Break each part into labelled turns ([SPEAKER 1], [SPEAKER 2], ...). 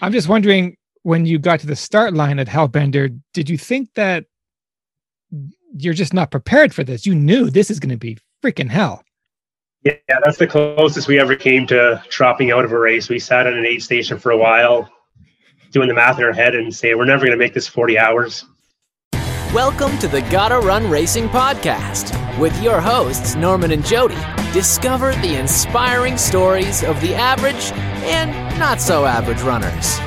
[SPEAKER 1] I'm just wondering when you got to the start line at Hellbender, did you think that you're just not prepared for this? You knew this is going to be freaking hell.
[SPEAKER 2] Yeah, that's the closest we ever came to dropping out of a race. We sat at an aid station for a while, doing the math in our head and saying, we're never going to make this 40 hours.
[SPEAKER 3] Welcome to the Gotta Run Racing Podcast with your hosts, Norman and Jody. Discover the inspiring stories of the average and not so average runners.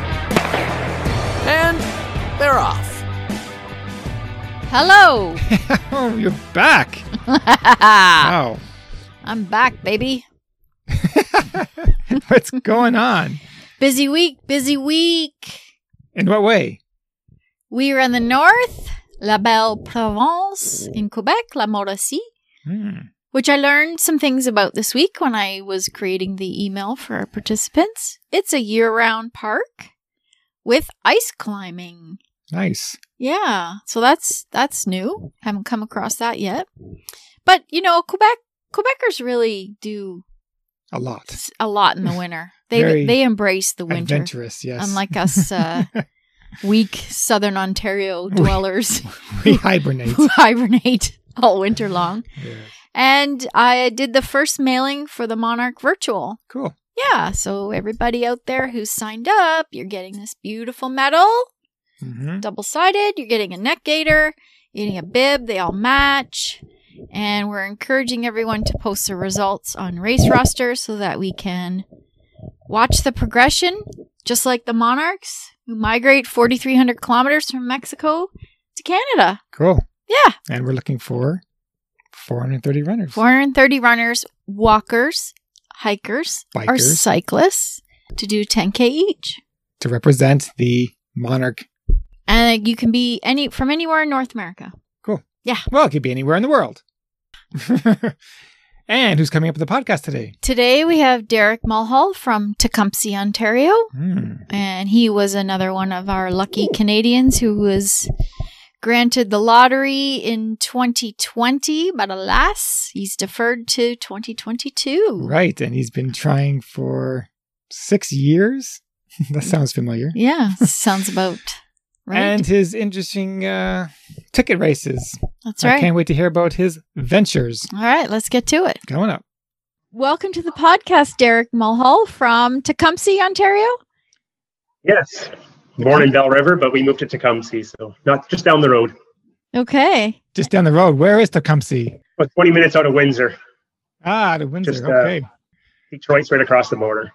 [SPEAKER 3] And they're off.
[SPEAKER 4] Hello.
[SPEAKER 1] oh, you're back. wow.
[SPEAKER 4] I'm back, baby.
[SPEAKER 1] What's going on?
[SPEAKER 4] Busy week, busy week.
[SPEAKER 1] In what way?
[SPEAKER 4] We are in the north, La Belle Provence, in Quebec, La Mauricie,
[SPEAKER 1] Hmm.
[SPEAKER 4] which I learned some things about this week when I was creating the email for our participants. It's a year round park with ice climbing.
[SPEAKER 1] Nice.
[SPEAKER 4] Yeah, so that's that's new. Haven't come across that yet. But you know, Quebec Quebecers really do
[SPEAKER 1] A lot.
[SPEAKER 4] s- a lot in the winter. They
[SPEAKER 1] Very
[SPEAKER 4] they embrace the winter,
[SPEAKER 1] Adventurous, yes.
[SPEAKER 4] unlike us uh, weak Southern Ontario
[SPEAKER 1] We-
[SPEAKER 4] dwellers
[SPEAKER 1] we hibernate.
[SPEAKER 4] who hibernate all winter long.
[SPEAKER 1] Yeah.
[SPEAKER 4] And I did the first mailing for the Monarch Virtual.
[SPEAKER 1] Cool.
[SPEAKER 4] Yeah, so everybody out there who's signed up, you're getting this beautiful medal,
[SPEAKER 1] hmm
[SPEAKER 4] double sided. You're getting a neck gaiter, you're getting a bib. They all match. And we're encouraging everyone to post their results on race roster so that we can watch the progression, just like the Monarchs, who migrate 4,300 kilometers from Mexico to Canada.
[SPEAKER 1] Cool.
[SPEAKER 4] Yeah.
[SPEAKER 1] And we're looking for 430 runners.
[SPEAKER 4] 430 runners, walkers, hikers, or
[SPEAKER 1] Bikers.
[SPEAKER 4] cyclists to do 10K each.
[SPEAKER 1] to represent the monarch.
[SPEAKER 4] And you can be any from anywhere in North America.
[SPEAKER 1] Well, it could be anywhere in the world. and who's coming up with the podcast today?
[SPEAKER 4] Today we have Derek Mulhall from Tecumseh, Ontario,
[SPEAKER 1] Hmm.
[SPEAKER 4] and he was another one of our lucky Canadians who was granted the lottery in 2020, but alas, he's deferred to 2022.
[SPEAKER 1] Right. And he's been trying for six years. that sounds familiar.
[SPEAKER 4] Yeah, sounds about right.
[SPEAKER 1] And his interesting uh, ticket races.
[SPEAKER 4] That's
[SPEAKER 1] I
[SPEAKER 4] right.
[SPEAKER 1] can't wait to hear about his ventures
[SPEAKER 4] All right, let's get to it.
[SPEAKER 1] coming up.
[SPEAKER 4] Welcome to the podcast, Derek Mulhall from Tecumseh, Ontario.
[SPEAKER 2] Yes, born in Bell River, but we moved to Tecumseh, so not just down the road,
[SPEAKER 4] Okay.
[SPEAKER 1] Just down the road. Where is Tecumseh?
[SPEAKER 2] but 20 minutes out of Windsor.
[SPEAKER 1] Ah, to Windsor.
[SPEAKER 2] Just, uh,
[SPEAKER 1] okay.
[SPEAKER 2] Detroit's right across the border.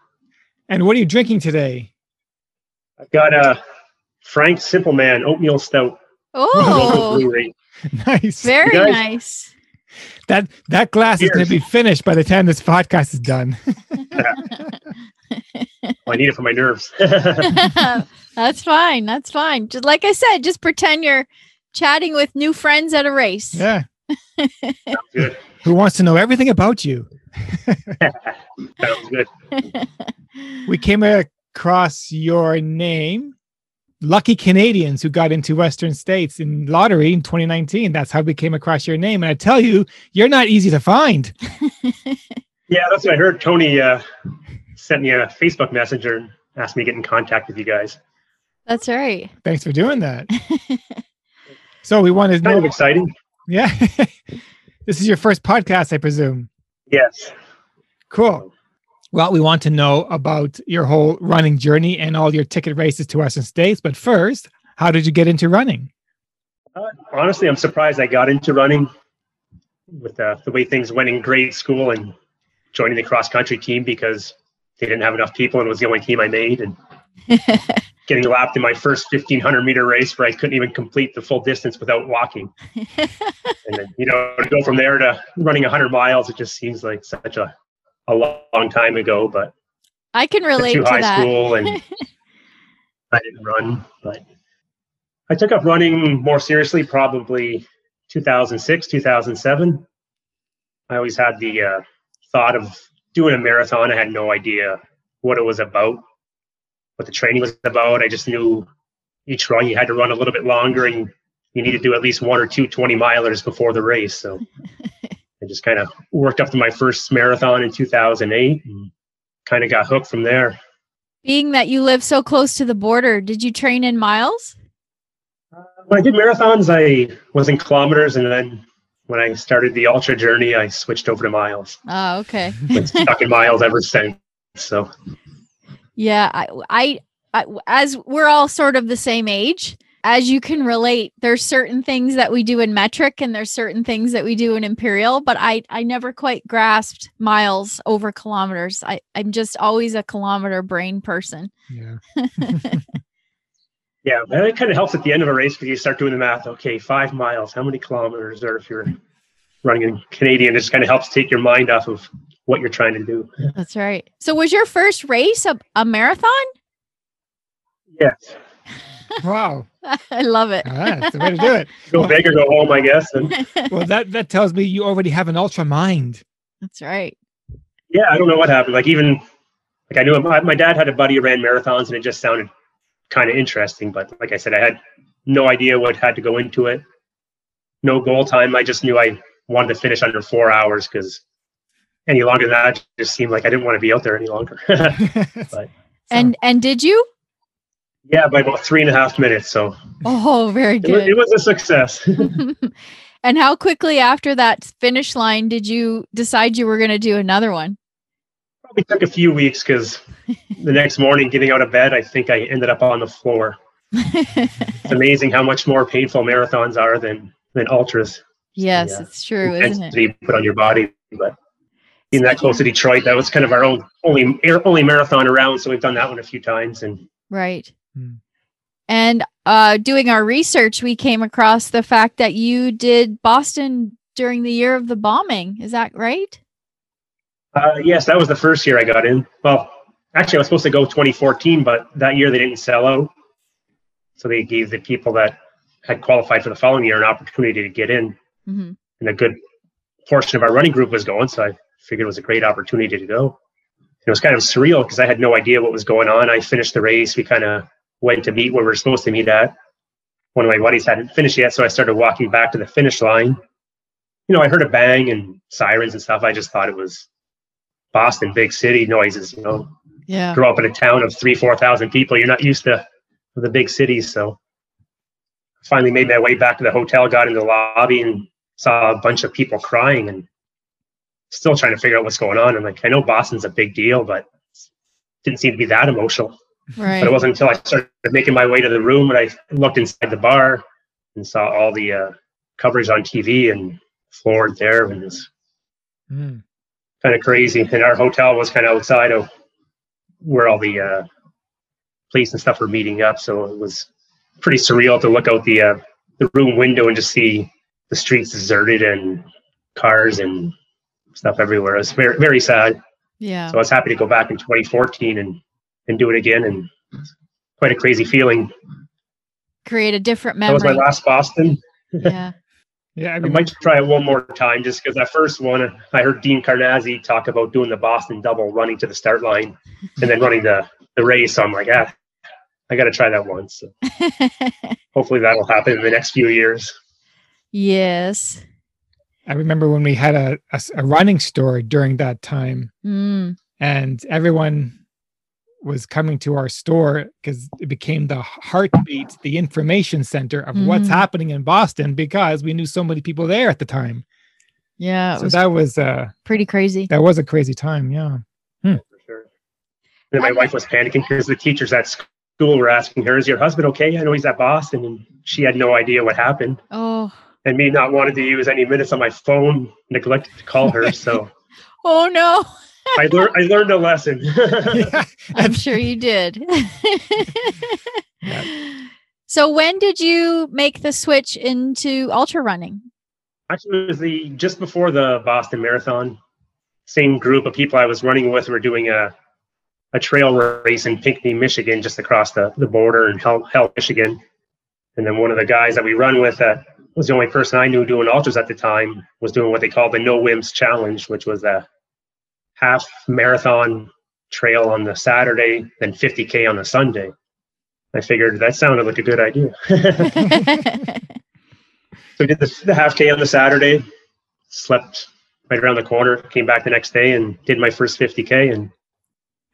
[SPEAKER 1] And what are you drinking today?
[SPEAKER 2] I've got a Frank Simpleman oatmeal stout. local
[SPEAKER 4] Oh,
[SPEAKER 2] brewery.
[SPEAKER 1] nice.
[SPEAKER 4] very
[SPEAKER 2] You guys-
[SPEAKER 4] nice.
[SPEAKER 1] That that glass is going
[SPEAKER 2] Cheers.
[SPEAKER 1] to be finished by the time this podcast is done.
[SPEAKER 2] Oh, I need it for my nerves.
[SPEAKER 4] that's fine. That's fine. Just like I said, just pretend you're chatting with new friends at a race.
[SPEAKER 1] yeah.
[SPEAKER 2] good.
[SPEAKER 1] Who wants to know everything about you?
[SPEAKER 2] Sounds good.
[SPEAKER 1] We came across your name. Lucky Canadians who got into Western states in lottery in 2019. That's how we came across your name. And I tell you, you're not easy to find.
[SPEAKER 2] Yeah, that's what I heard. Tony uh, sent me a Facebook messenger and asked me to get in contact with you guys.
[SPEAKER 4] That's right.
[SPEAKER 1] Thanks for doing that. so we want to
[SPEAKER 2] Kind of
[SPEAKER 1] know.
[SPEAKER 2] exciting.
[SPEAKER 1] Yeah. this is your first podcast, I presume.
[SPEAKER 2] Yes.
[SPEAKER 1] Cool. Well, we want to know about your whole running journey and all your ticket races to Western States. But first, how did you get into running?
[SPEAKER 2] Honestly, I'm surprised I got into running with uh, the way things went in grade school and joining the cross country team because they didn't have enough people and it was the only team I made. And getting lapped in my first 1500 meter race where I couldn't even complete the full distance without walking. and then, you know, to go from there to running 100 miles, it just seems like such a, a lo- long time ago. But
[SPEAKER 4] I can relate
[SPEAKER 2] to
[SPEAKER 4] to
[SPEAKER 2] high
[SPEAKER 4] that.
[SPEAKER 2] school and I didn't run, but I took up running more seriously probably 2006, 2007. I always had the uh, thought of doing a marathon. I had no idea what it was about, what the training was about. I just knew each run you had to run a little bit longer and you need to do at least one or two 20 milers before the race. So I just kind of worked up to my first marathon in 2008 and kind of got hooked from there.
[SPEAKER 4] Being that you live so close to the border, did you train in miles?
[SPEAKER 2] When I did marathons, I was in kilometers, and then when I started the ultra journey, I switched over to miles.
[SPEAKER 4] Oh, okay.
[SPEAKER 2] Been stuck in miles ever since. So
[SPEAKER 4] Yeah, I, I, I, as we're all sort of the same age, as you can relate, there's certain things that we do in metric and there's certain things that we do in imperial, but I, I never quite grasped miles over kilometers. I, I'm just always a kilometer brain person.
[SPEAKER 1] Yeah.
[SPEAKER 2] yeah, and it kind of helps at the end of a race because you start doing the math. Okay, five miles. How many kilometers? Or if you're running in Canadian, it just kind of helps take your mind off of what you're trying to do.
[SPEAKER 4] That's right. So was your first race a, a marathon?
[SPEAKER 2] Yeah,
[SPEAKER 1] Wow.
[SPEAKER 4] I love it.
[SPEAKER 2] Uh,
[SPEAKER 1] Ah, that's the way to do it.
[SPEAKER 2] go big or go home, I guess. And
[SPEAKER 1] Well, that that tells me you already have an ultra mind.
[SPEAKER 4] That's right.
[SPEAKER 2] yeah, I don't know what happened. Like even like I knew my, my dad had a buddy who ran marathons, and it just sounded kind of interesting. But like I said, I had no idea what had to go into it. No goal time. I just knew I wanted to finish under four hours because any longer than that just seemed like I didn't want to be out there any longer.
[SPEAKER 1] Hmm.
[SPEAKER 4] And and did you?
[SPEAKER 2] yeah, by about three and a half minutes. So
[SPEAKER 4] Oh, very
[SPEAKER 2] it was,
[SPEAKER 4] good.
[SPEAKER 2] it was a success.
[SPEAKER 4] and how quickly after that finish line did you decide you were going to do another one?
[SPEAKER 2] Probably took a few weeks because the next morning, getting out of bed, I think I ended up on the floor. It's amazing how much more painful marathons are than than ultras.
[SPEAKER 4] yes,
[SPEAKER 2] Yeah.
[SPEAKER 4] it's true, isn't it?
[SPEAKER 2] intensity you put on your body. But being that close to Detroit, that was kind of our own only air, only marathon around. So we've done that one a few times, and
[SPEAKER 4] Right.
[SPEAKER 1] Hmm.
[SPEAKER 4] And uh, doing our research, we came across the fact that you did Boston during the year of the bombing. Is that right?
[SPEAKER 2] uh, yes, that was the first year I got in. Well, actually, I was supposed to go 2014, but that year they didn't sell out, so they gave the people that had qualified for the following year an opportunity to get in,
[SPEAKER 4] hmm
[SPEAKER 2] and a good portion of our running group was going. So I figured it was a great opportunity to go. It was kind of surreal because I had no idea what was going on. I finished the race. We kind of went to meet where we were supposed to meet at. One of my buddies hadn't finished yet, so I started walking back to the finish line. You know, I heard a bang and sirens and stuff. I just thought it was Boston, big city noises. You know,
[SPEAKER 4] Yeah.
[SPEAKER 2] grew up in a town of three, four thousand people. You're not used to the big cities, so finally made my way back to the hotel, got into the lobby, and saw a bunch of people crying and still trying to figure out what's going on. I'm like, I know Boston's a big deal, but didn't seem to be that emotional. But it
[SPEAKER 4] Right.
[SPEAKER 2] wasn't until I started making my way to the room and I looked inside the bar and saw all the uh, coverage on TV and floored there and it's
[SPEAKER 1] Mm.
[SPEAKER 2] kind of crazy. And our hotel was kind of outside of where all the uh, police and stuff were meeting up, so it was pretty surreal to look out the uh, the room window and just see the streets deserted and cars and stuff everywhere. It was very very sad.
[SPEAKER 4] Yeah.
[SPEAKER 2] So I was happy to go back in 2014 and and do it again and. it's Quite a crazy feeling.
[SPEAKER 4] Create a different
[SPEAKER 2] That was my
[SPEAKER 4] memory.
[SPEAKER 2] last Boston.
[SPEAKER 4] yeah.
[SPEAKER 1] Yeah, I
[SPEAKER 2] I
[SPEAKER 1] mean,
[SPEAKER 2] might try it one more time just because that first one, I heard Dean Carnazzi talk about doing the Boston double, running to the start line and then running the, the race. So I'm like, ah, I got to try that once. So hopefully that'll happen in the next few years.
[SPEAKER 4] yes.
[SPEAKER 1] I remember when we had a, a s- a running store during that time,
[SPEAKER 4] Mm.
[SPEAKER 1] and everyone was coming to our store because it became the heartbeat, the information center of what's
[SPEAKER 4] Mhm.
[SPEAKER 2] Mm-hmm.
[SPEAKER 1] happening in Boston because we knew so many people there at the time.
[SPEAKER 4] Yeah. It
[SPEAKER 1] so
[SPEAKER 4] was
[SPEAKER 1] that was uh
[SPEAKER 4] pretty crazy.
[SPEAKER 1] that was a crazy time. Yeah.
[SPEAKER 2] For sure. And then my wife was panicking because the teachers at school were asking her, is your husband okay? I know he's at Boston. And she had no idea what happened.
[SPEAKER 4] Oh.
[SPEAKER 2] And me not wanting to use any minutes on my phone, neglected to call her. So
[SPEAKER 4] Oh no.
[SPEAKER 2] I, lear- I learned a lesson. Uh,
[SPEAKER 1] yeah.
[SPEAKER 4] I'm sure you did. so when did you make the switch into ultra running?
[SPEAKER 2] Actually, it was the just before the Boston Marathon. Same group of people I was running with were doing a a trail race in Pinckney, Michigan, just across the, the border in Hell, Hell, Michigan. And then one of the guys that we run with that was the only person I knew doing ultras at the time was doing what they called the No Whims Challenge, which was a half marathon trail on the Saturday, then 50K on the Sunday. I figured that sounded like a good idea. So we did the, the half day on the Saturday, slept right around the corner, came back the next day and did my first 50K and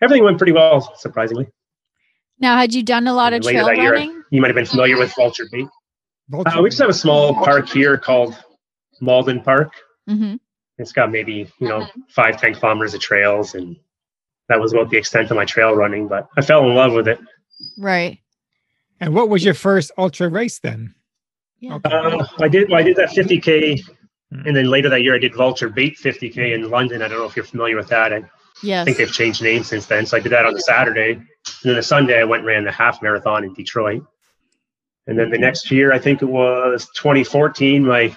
[SPEAKER 2] everything went pretty well, surprisingly.
[SPEAKER 4] Now, had you done a lot of
[SPEAKER 2] Later
[SPEAKER 4] trail
[SPEAKER 2] that year.
[SPEAKER 4] running?
[SPEAKER 2] You might have been familiar with Vulture Peak.
[SPEAKER 1] Vulture.
[SPEAKER 2] Uh, we just have a small park here called Malden Park.
[SPEAKER 4] Mm-hmm.
[SPEAKER 2] It's got maybe, you know, five, ten kilometers of trails. And that was about the extent of my trail running, but I fell in love with it.
[SPEAKER 4] Right.
[SPEAKER 1] and what was your first ultra race then?
[SPEAKER 4] Yeah.
[SPEAKER 1] Okay.
[SPEAKER 2] Uh, I did. Well, I did that 50k, and then later that year I did Vulture Beat 50k in London. I don't know if you're familiar with that. I
[SPEAKER 4] Yes.
[SPEAKER 2] think they've changed names since then. So I did that on the Saturday, and then the Sunday I went and ran the half marathon in Detroit. And then the next year, I think it was 2014, my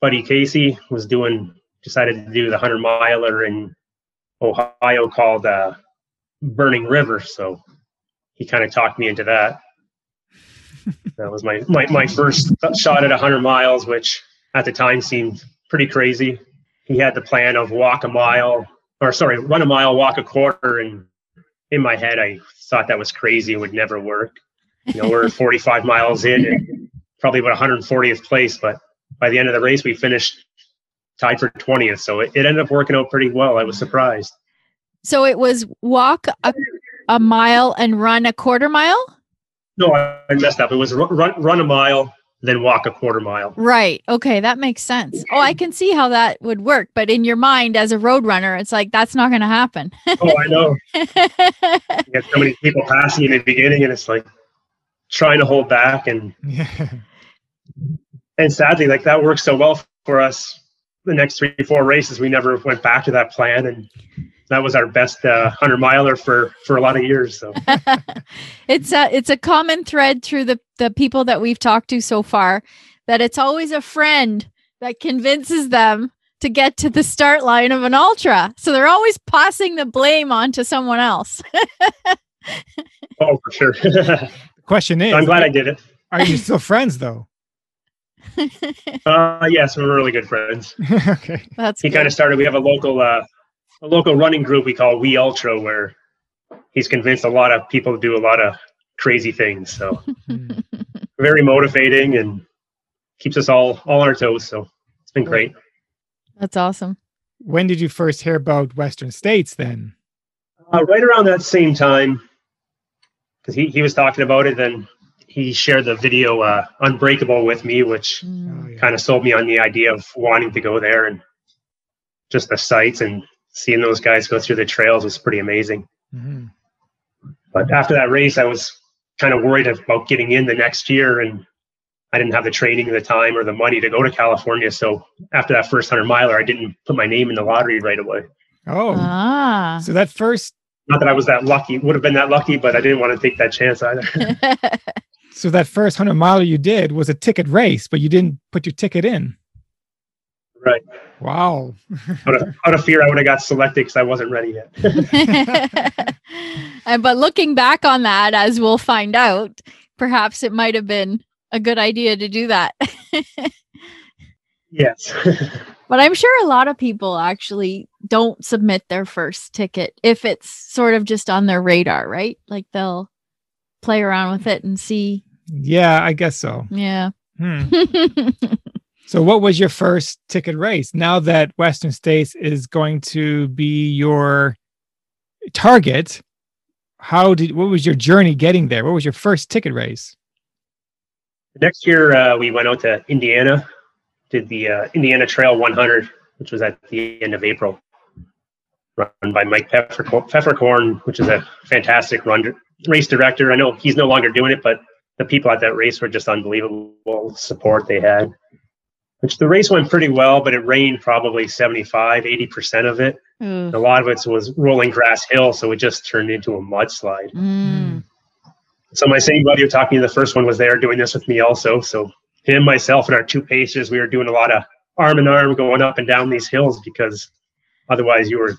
[SPEAKER 2] buddy Casey was doing decided to do the 100 miler in Ohio called uh, Burning River. So he kind of talked me into that. that was my, my, my first shot at 100 miles, which at the time seemed pretty crazy. He had the plan of walk a mile, or sorry, run a mile, walk a quarter. And in my head, I thought that was crazy. It would never work. You know, we're 45 miles in and probably about 140th place. But by the end of the race, we finished tied for 20th. So it, it ended up working out pretty well. I was surprised.
[SPEAKER 4] So it was walk a, a mile and run a quarter mile?
[SPEAKER 2] No, I I messed up. It was ru- run, run a mile, then walk a quarter mile.
[SPEAKER 4] Right. Okay. That makes sense. Oh, I can see how that would work. But in your mind, as a road runner, it's like, that's not going to happen.
[SPEAKER 2] Oh, I know. You had so many people passing in the beginning, and it's like trying to hold back. And
[SPEAKER 1] Yeah.
[SPEAKER 2] and sadly, like that worked so well for us. The next three, four races, we never went back to that plan, and that was our best uh, hundred miler for for a lot of years. So
[SPEAKER 4] it's a it's a common thread through the the people that we've talked to so far that it's always a friend that convinces them to get to the start line of an ultra. So they're always passing the blame on to someone else.
[SPEAKER 2] oh, for sure.
[SPEAKER 1] Question is,
[SPEAKER 2] I'm glad I did it.
[SPEAKER 1] are you still friends though?
[SPEAKER 2] Uh, yes, we're really good friends.
[SPEAKER 1] okay.
[SPEAKER 4] That's
[SPEAKER 2] he kind of
[SPEAKER 4] good.
[SPEAKER 2] started. We have a local uh, a local running group we call We Ultra, where he's convinced a lot of people to do a lot of crazy things. So
[SPEAKER 1] Mm.
[SPEAKER 2] very motivating and keeps us all all on our toes. So it's been great.
[SPEAKER 4] That's awesome.
[SPEAKER 1] when did you first hear about Western States then?
[SPEAKER 2] Uh, right around that same time, because he he was talking about it, then he shared the video uh, Unbreakable with me, which
[SPEAKER 4] Mm.
[SPEAKER 1] Oh, yeah.
[SPEAKER 2] kind of sold me on the idea of wanting to go there and just the sights and seeing those guys go through the trails was pretty amazing.
[SPEAKER 1] Mhm.
[SPEAKER 2] But after that race, I was kind of worried about getting in the next year, and I didn't have the training, the time, or the money to go to California. So after that first hundred miler, I didn't put my name in the lottery right away.
[SPEAKER 1] Oh,
[SPEAKER 4] Ah.
[SPEAKER 1] so that first,
[SPEAKER 2] Not that I was that lucky, would have been that lucky, but I didn't want to take that chance either.
[SPEAKER 1] so that first hundred miler you did was a ticket race, but you didn't put your ticket in.
[SPEAKER 2] right?
[SPEAKER 1] Wow.
[SPEAKER 2] Out of, out of fear, I would have got selected because I wasn't ready yet.
[SPEAKER 4] and but looking back on that, as we'll find out, perhaps it might have been a good idea to do that.
[SPEAKER 2] yes,
[SPEAKER 4] But I'm sure a lot of people actually don't submit their first ticket if it's sort of just on their radar, right? Like they'll play around with it and see.
[SPEAKER 1] Yeah, I guess so.
[SPEAKER 4] Yeah.
[SPEAKER 1] Hmm. So, what was your first ticket race? Now that Western States is going to be your target, how did what was your journey getting there? What was your first ticket race?
[SPEAKER 2] next year uh, we went out to Indiana, did the uh, Indiana Trail 100, which was at the end of April, run by Mike Pfeffercorn, Pfeffercorn which is a fantastic run race director. I know he's no longer doing it, but the people at that race were just unbelievable support they had. Which the race went pretty well, but it rained probably 75, 80% of it.
[SPEAKER 4] Ooh.
[SPEAKER 2] A lot of it was rolling grass hill, so it just turned into a mudslide.
[SPEAKER 4] Mm.
[SPEAKER 2] So my same buddy who taught me the first one was there doing this with me also. So him, myself, and our two pacers, we were doing a lot of arm in arm going up and down these hills because otherwise you were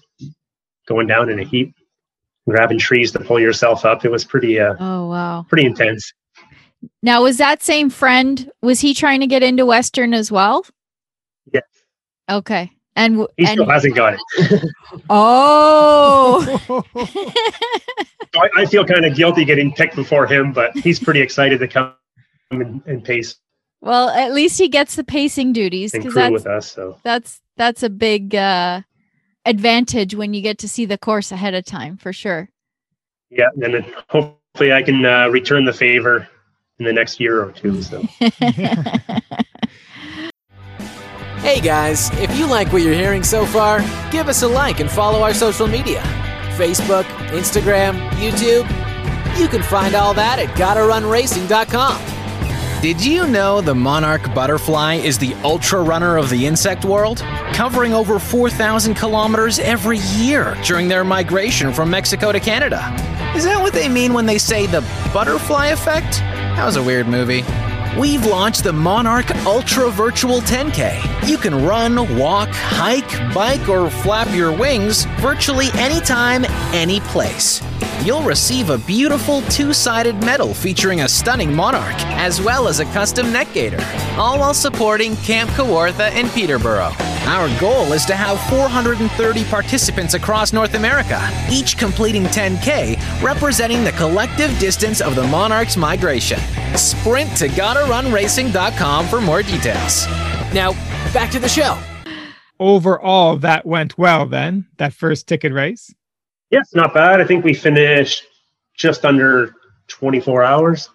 [SPEAKER 2] going down in a heap, grabbing trees to pull yourself up. It was pretty uh
[SPEAKER 4] Oh wow.
[SPEAKER 2] pretty intense.
[SPEAKER 4] Now was that same friend was he trying to get into western as well?
[SPEAKER 2] Yes.
[SPEAKER 4] Okay. And w-
[SPEAKER 2] He still
[SPEAKER 4] and
[SPEAKER 2] hasn't got it.
[SPEAKER 1] Hmm.
[SPEAKER 4] oh.
[SPEAKER 2] So I, I feel kind of guilty getting picked before him, but he's pretty excited to come and, and pace
[SPEAKER 4] well, at least he gets the pacing duties
[SPEAKER 2] and
[SPEAKER 4] cuz
[SPEAKER 2] crew
[SPEAKER 4] that's
[SPEAKER 2] with us. So
[SPEAKER 4] that's that's a big uh advantage when you get to see the course ahead of time for sure
[SPEAKER 2] yeah, and then hopefully Hopefully, I can uh, return the favor in the next year or two. So.
[SPEAKER 3] Hey guys, if you like what you're hearing so far, give us a like and follow our social media Facebook, Instagram, YouTube. You can find all that at GottaRunRacing.com. Did you know the monarch butterfly is the ultra runner of the insect world, covering over 4,000 kilometers every year during their migration from Mexico to Canada? Is that what they mean when they say the butterfly effect? That was a weird movie. We've launched the Monarch Ultra Virtual 10K. You can run, walk, hike, bike, or flap your wings virtually anytime, any place. You'll receive a beautiful two sided medal featuring a stunning monarch, as well as a custom neck gaiter, all while supporting Camp Kawartha in Peterborough. Our goal is to have 430 participants across North America, each completing 10K, representing the collective distance of the Monarch's migration. Sprint to GottaRunRacing.com for more details. Now, back to the show.
[SPEAKER 1] Overall, that went well then, that first ticket race.
[SPEAKER 2] Yeah, it's not bad. I think we finished just under 24 hours.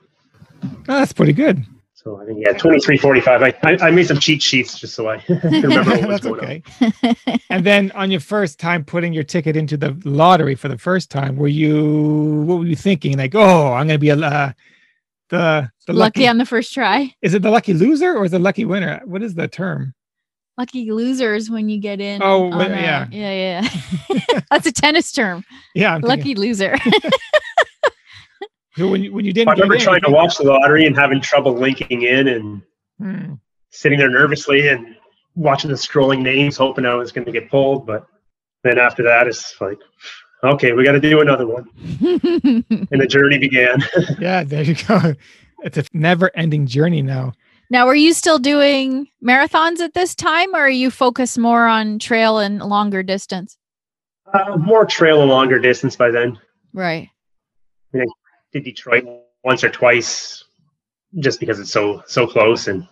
[SPEAKER 1] Oh, that's pretty good.
[SPEAKER 2] So I think yeah, 23:45. I, I I made some cheat sheets just so I can remember what was
[SPEAKER 1] that's
[SPEAKER 2] going on.
[SPEAKER 1] okay. and then on your first time putting your ticket into the lottery for the first time, were you, what were you thinking? Like, oh, I'm going to be a, uh, the, the
[SPEAKER 4] lucky,
[SPEAKER 1] lucky,
[SPEAKER 4] on the first try.
[SPEAKER 1] is it the lucky loser or is it lucky winner? What is the term?
[SPEAKER 4] Lucky losers when you get in.
[SPEAKER 1] Oh,
[SPEAKER 4] on
[SPEAKER 1] wh-
[SPEAKER 4] a-
[SPEAKER 1] yeah.
[SPEAKER 4] yeah, yeah. That's a tennis term.
[SPEAKER 1] Yeah. I'm thinking-
[SPEAKER 4] Lucky loser.
[SPEAKER 1] So when you, when you didn't
[SPEAKER 2] I remember
[SPEAKER 1] get in,
[SPEAKER 2] trying to watch the lottery and having trouble linking in and
[SPEAKER 1] Hmm.
[SPEAKER 2] sitting there nervously and watching the scrolling names, hoping I was going to get pulled. But then after that, it's like, okay, we got to do another one, and the journey began.
[SPEAKER 1] Yeah, there you go. It's a never-ending journey now.
[SPEAKER 4] now, are you still doing marathons at this time, or are you focused more on trail and longer distance?
[SPEAKER 2] Uh, more trail and longer distance by then.
[SPEAKER 4] Right.
[SPEAKER 2] Did Detroit once or twice, just because it's so so close and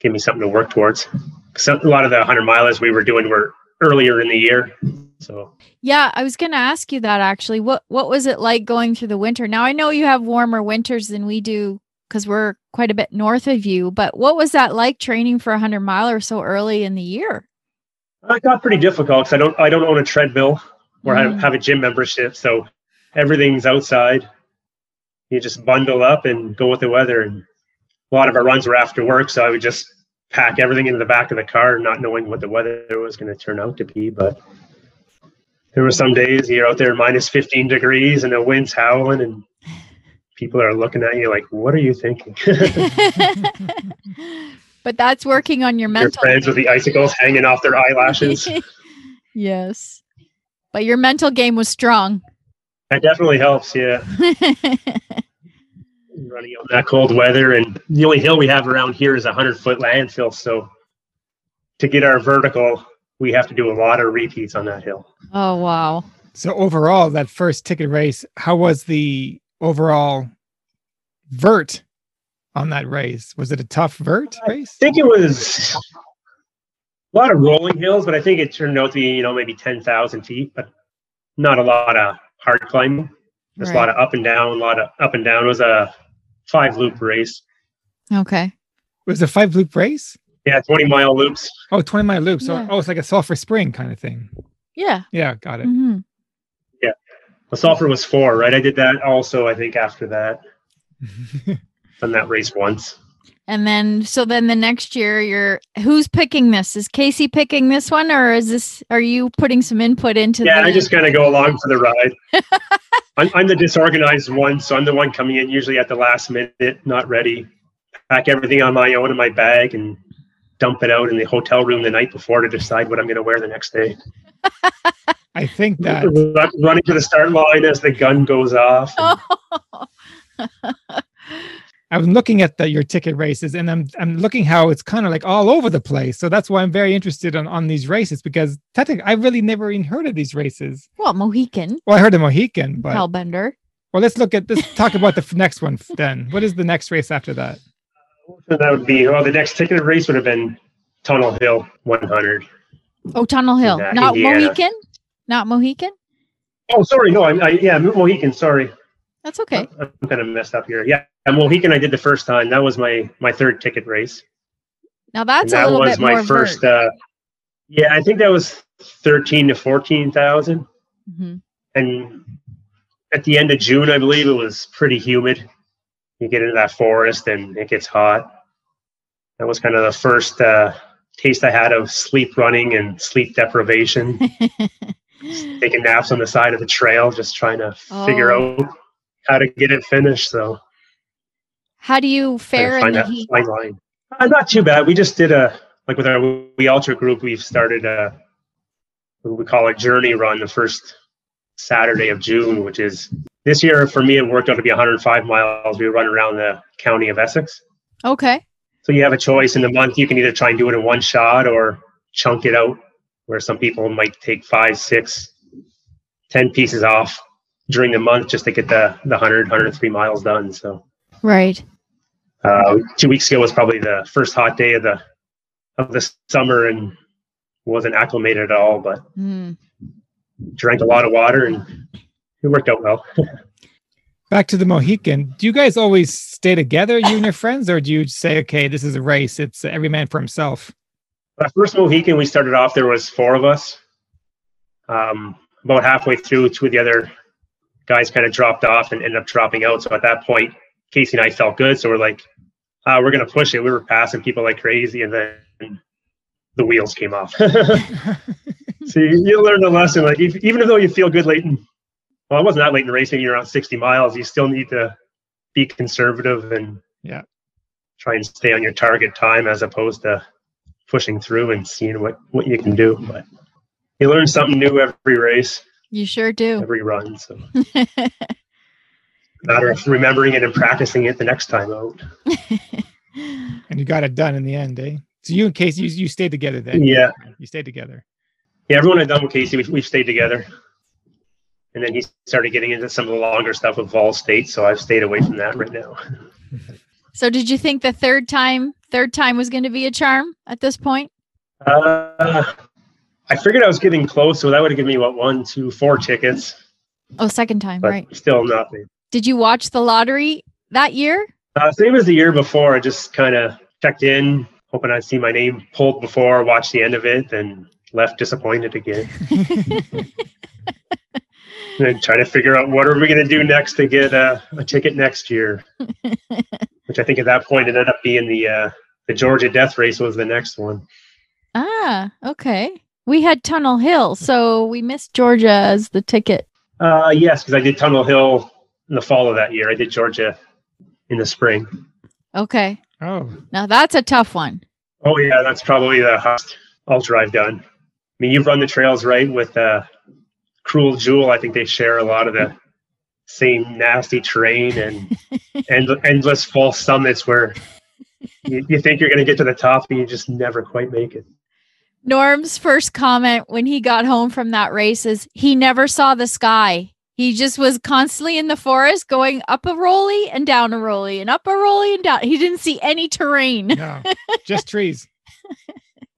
[SPEAKER 2] give me something to work towards. So a lot of the hundred milers we were doing were earlier in the year, so
[SPEAKER 4] Yeah, I was going to ask you that actually. What what was it like going through the winter? Now I know you have warmer winters than we do cuz we're quite a bit north of you, but what was that like training for a 100 mile or so early in the year?
[SPEAKER 2] Uh, It got pretty difficult because I don't I don't own a treadmill or
[SPEAKER 4] Mhm.
[SPEAKER 2] I have a gym membership, so everything's outside. You just bundle up and go with the weather. And a lot of our runs were after work, so I would just pack everything into the back of the car, not knowing what the weather was going to turn out to be. But there were some days you're out there minus 15 degrees and the wind's howling, and people are looking at you like, "What are you thinking?"
[SPEAKER 4] but that's working on your
[SPEAKER 2] Your
[SPEAKER 4] mental
[SPEAKER 2] friends with the icicles hanging off their eyelashes.
[SPEAKER 4] yes. But your mental game was strong.
[SPEAKER 2] That definitely helps. Yeah. running out in that cold weather. And the only hill we have around here is a 100 foot landfill. So to get our vertical, we have to do a lot of repeats on that hill.
[SPEAKER 4] oh wow.
[SPEAKER 1] So overall, that first ticket race, how was the overall vert on that race? Was it a tough vert race?
[SPEAKER 2] I think it was a lot of rolling hills, but I think it turned out to be, you know, maybe 10,000 feet, but not a lot of hard climbing. Just a lot of up and down, a lot of up and down. It was a five loop race.
[SPEAKER 4] Okay.
[SPEAKER 1] It was a five loop race.
[SPEAKER 2] Yeah, 20 mile loops.
[SPEAKER 1] Oh, 20 mile loop. So
[SPEAKER 4] Yeah.
[SPEAKER 1] oh, it's like a sulfur spring kind of thing.
[SPEAKER 4] Yeah.
[SPEAKER 1] Yeah, got it.
[SPEAKER 4] Mhm.
[SPEAKER 2] The sulfur was four, right? I did that also, I think, after that, done that race once.
[SPEAKER 4] And then, so then the next year, you're who's picking this? Is Casey picking this one, or is this? Are you putting some input into?
[SPEAKER 2] Yeah,
[SPEAKER 4] the,
[SPEAKER 2] I just kind of go along for the ride. I'm, I'm the disorganized one, so I'm the one coming in usually at the last minute, not ready. Pack everything on my own in my bag and dump it out in the hotel room the night before to decide what I'm going to wear the next day.
[SPEAKER 1] I think that
[SPEAKER 2] Run- Running to the start line as the gun goes off.
[SPEAKER 4] Oh.
[SPEAKER 1] I'm looking at the, your ticket races, and I'm I'm looking how it's kind of like all over the place. So that's why I'm very interested on on these races because technically I really never even heard of these races.
[SPEAKER 4] well, Mohican
[SPEAKER 1] Well, I heard of Mohican, but
[SPEAKER 4] Hellbender.
[SPEAKER 1] Well, let's look at let's talk about the f- next one f- then. What is the next race after that?
[SPEAKER 2] So that would be, well, the next ticket race would have been Tunnel Hill 100.
[SPEAKER 4] Oh, Tunnel Hill,
[SPEAKER 2] Yeah,
[SPEAKER 4] not
[SPEAKER 2] Indiana.
[SPEAKER 4] Mohican, not Mohican.
[SPEAKER 2] Oh, sorry. No, I'm, I, yeah, Mohican, sorry.
[SPEAKER 4] That's okay.
[SPEAKER 2] I'm kind of messed up here. Yeah, and Mohican I did the first time. That was my my third ticket race.
[SPEAKER 4] Now
[SPEAKER 2] and
[SPEAKER 4] that's a
[SPEAKER 2] that
[SPEAKER 4] little
[SPEAKER 2] was
[SPEAKER 4] bit
[SPEAKER 2] my
[SPEAKER 4] more
[SPEAKER 2] first.
[SPEAKER 4] vert.
[SPEAKER 2] Uh, yeah, I think that was thirteen to fourteen thousand,
[SPEAKER 4] Mhm.
[SPEAKER 2] and at the end of June, I believe it was pretty humid. You get into that forest and it gets hot. That was kind of the first uh, taste I had of sleep running and sleep deprivation. taking naps on the side of the trail, just trying to figure
[SPEAKER 4] Oh.
[SPEAKER 2] out how to get it finished. So
[SPEAKER 4] How do you
[SPEAKER 2] trying to
[SPEAKER 4] fare in
[SPEAKER 2] find
[SPEAKER 4] the
[SPEAKER 2] that
[SPEAKER 4] heat?
[SPEAKER 2] fine line. Uh, not too bad. We just did a like with our we ultra group. We've started a what we call a journey run the first Saturday of June, which is this year for me. It worked out to be 105 miles. We run around the county of Essex.
[SPEAKER 4] Okay.
[SPEAKER 2] So you have a choice in the month. You can either try and do it in one shot or chunk it out, where some people might take five, six, ten pieces off during the month just to get the, the 100, 103 miles done. So
[SPEAKER 4] Right.
[SPEAKER 2] uh, two weeks ago was probably the first hot day of the of the summer and wasn't acclimated at all, but
[SPEAKER 4] Mm.
[SPEAKER 2] drank a lot of water and it worked out well.
[SPEAKER 1] Back to the Mohican. Do you guys always stay together, you and your friends, or do you say, okay, this is a race, it's every man for himself?
[SPEAKER 2] That first Mohican we started off, there was four of us. Um, about halfway through, two of the other guys kind of dropped off and ended up dropping out. So at that point, Casey and I felt good. So we're like, uh, we're going to push it. We were passing people like crazy. And then the wheels came off. so you, you learn the lesson. Like, if, even though you feel good late in, well, it wasn't that late in the race, maybe around 60 miles, you still need to be conservative and
[SPEAKER 1] Yeah.
[SPEAKER 2] try and stay on your target time as opposed to pushing through and seeing what what you can do. But you learn something new every race,
[SPEAKER 4] You sure do.
[SPEAKER 2] every run. So matter of remembering it and practicing it the next time out.
[SPEAKER 1] And you got it done in the end, eh? So you and Casey, you, you stayed together then.
[SPEAKER 2] Yeah,
[SPEAKER 1] You stayed together.
[SPEAKER 2] yeah. Everyone I've done with Casey, we've, we've stayed together. And then he started getting into some of the longer stuff with Vol State, so I've stayed away from that right now.
[SPEAKER 4] so did you think the third time third time was going to be a charm at this point?
[SPEAKER 2] Uh, I figured I was getting close, so that would have given me what one, two, four tickets,
[SPEAKER 4] Oh, second time,
[SPEAKER 2] but
[SPEAKER 4] right.
[SPEAKER 2] still nothing.
[SPEAKER 4] Did you watch the lottery that year?
[SPEAKER 2] Uh, same as the year before. I just kind of checked in, hoping I'd see my name pulled before, watched the end of it, and left disappointed again. and then try to figure out what are we going to do next to get uh, a ticket next year. Which I think at that point ended up being the uh, the Georgia Death Race was the next one.
[SPEAKER 4] Ah, okay. We had Tunnel Hill, so we missed Georgia as the ticket.
[SPEAKER 2] Uh, yes, because I did Tunnel Hill in the fall of that year. I did Georgia in the spring.
[SPEAKER 4] Okay.
[SPEAKER 1] Oh,
[SPEAKER 4] Now that's a tough one.
[SPEAKER 2] Oh yeah, that's probably the hottest ultra I've done. I mean, you've run the trails right with uh, Cruel Jewel. I think they share a lot of the same nasty terrain and end- endless false summits where you, you think you're going to get to the top and you just never quite make it.
[SPEAKER 4] Norm's first comment when he got home from that race is he never saw the sky. He just was constantly in the forest going up a rolly and down a rolly and up a rolly and down. He didn't see any terrain.
[SPEAKER 1] no, just trees.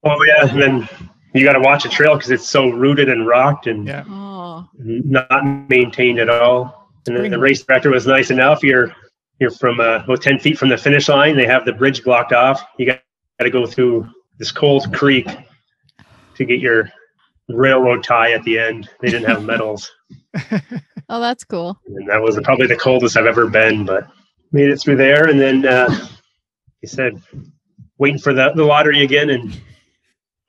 [SPEAKER 2] Oh yeah, and then you got to watch a trail because it's so rooted and rocked and
[SPEAKER 1] Yeah.
[SPEAKER 4] Oh,
[SPEAKER 2] not maintained at all. And then the
[SPEAKER 1] Really?
[SPEAKER 2] race director was nice enough. You're you're from uh, about ten feet from the finish line. They have the bridge blocked off. You got to go through this cold creek to get your railroad tie at the end. They didn't have medals,
[SPEAKER 4] oh that's cool.
[SPEAKER 2] and that was probably the coldest I've ever been. But made it through there, and then uh, he said, waiting for the, the lottery again. And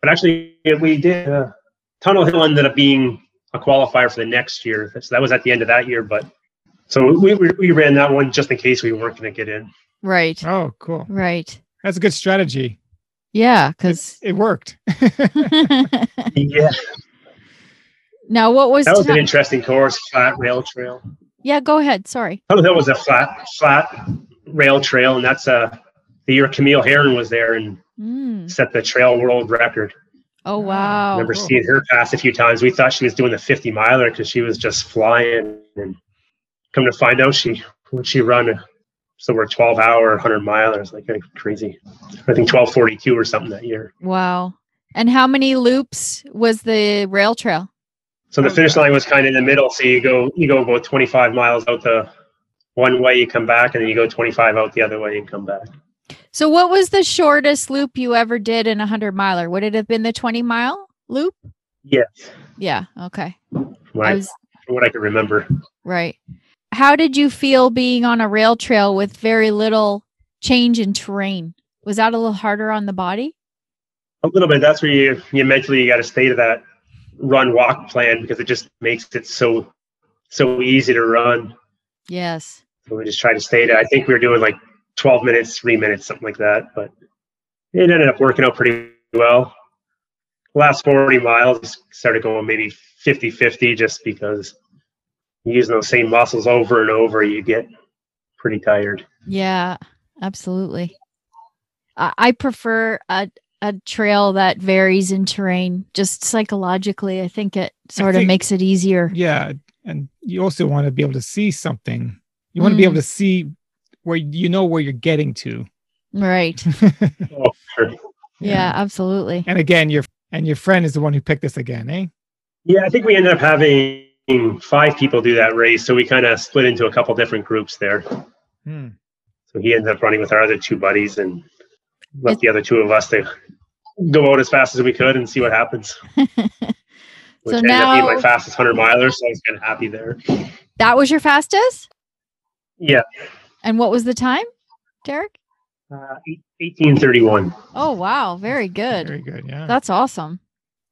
[SPEAKER 2] but actually, we did. Uh, Tunnel Hill ended up being a qualifier for the next year, so that was at the end of that year. But so we we, we ran that one just in case we weren't going to get in.
[SPEAKER 4] Right.
[SPEAKER 1] Oh, cool.
[SPEAKER 4] Right.
[SPEAKER 1] That's a good strategy.
[SPEAKER 4] Yeah, cuz
[SPEAKER 1] It worked.
[SPEAKER 2] Yeah,
[SPEAKER 4] Now what was,
[SPEAKER 2] that was
[SPEAKER 4] ta-
[SPEAKER 2] an interesting course, flat rail trail.
[SPEAKER 4] Yeah, go ahead. Sorry.
[SPEAKER 2] Tunnel Hill was a flat flat rail trail, and that's uh, the year Camille Heron was there and
[SPEAKER 4] Mm.
[SPEAKER 2] set the trail world record.
[SPEAKER 4] Oh wow.
[SPEAKER 2] remember
[SPEAKER 1] cool.
[SPEAKER 2] seeing her pass a few times. We thought she was doing the 50 miler because she was just flying. And come to find out, she when she run, uh, so we're 12 hour 100 milers, like uh, crazy. I think 12:42 or something that year.
[SPEAKER 4] Wow. And how many loops was the rail trail? Oh,
[SPEAKER 2] So the finish line was kind of in the middle. So you go you go about 25 miles out the one way, you come back, and then you go 25 out the other way and come back.
[SPEAKER 4] So, what was the shortest loop you ever did in a 100 miler? Would it have been the 20 mile loop?
[SPEAKER 2] Yes,
[SPEAKER 4] Yeah. Okay.
[SPEAKER 2] when
[SPEAKER 4] I
[SPEAKER 2] I-
[SPEAKER 4] was
[SPEAKER 2] from what I can remember.
[SPEAKER 4] right. How did you feel being on a rail trail with very little change in terrain? Was that a little harder on the body?
[SPEAKER 2] A little bit. That's where you you mentally you got to stay to that run walk plan because it just makes it so so easy to run.
[SPEAKER 4] Yes.
[SPEAKER 2] So we just try to stay to. I think we were doing like 12 minutes, three minutes, something like that. But it ended up working out pretty well. Last 40 miles started going maybe 50 50 just because using those same muscles over and over, you get pretty tired.
[SPEAKER 4] Yeah, absolutely. I, I prefer a a trail that varies in terrain. Just psychologically, I think it sort of
[SPEAKER 1] think-
[SPEAKER 4] makes it easier.
[SPEAKER 1] Yeah. And you also want to be able to see something. You want to be able to see where you know where you're getting to.
[SPEAKER 4] Right.
[SPEAKER 2] Oh, sure.
[SPEAKER 4] Yeah, absolutely.
[SPEAKER 1] And again, your and your friend is the one who picked this again, eh?
[SPEAKER 2] Yeah, I think we ended up having five people do that race. So we kind of split into a couple different groups there.
[SPEAKER 1] Hmm.
[SPEAKER 2] So he ended up running with our other two buddies and left the other two of us to go out as fast as we could and see what happens. Which ended up being
[SPEAKER 4] now-
[SPEAKER 2] my fastest hundred miler, so I was kind of happy there.
[SPEAKER 4] That was your fastest?
[SPEAKER 2] Yeah,
[SPEAKER 4] And what was the time, Derek?
[SPEAKER 2] uh, eighteen thirty-one.
[SPEAKER 4] Oh, wow. Very good.
[SPEAKER 1] Very good. Yeah.
[SPEAKER 4] That's awesome.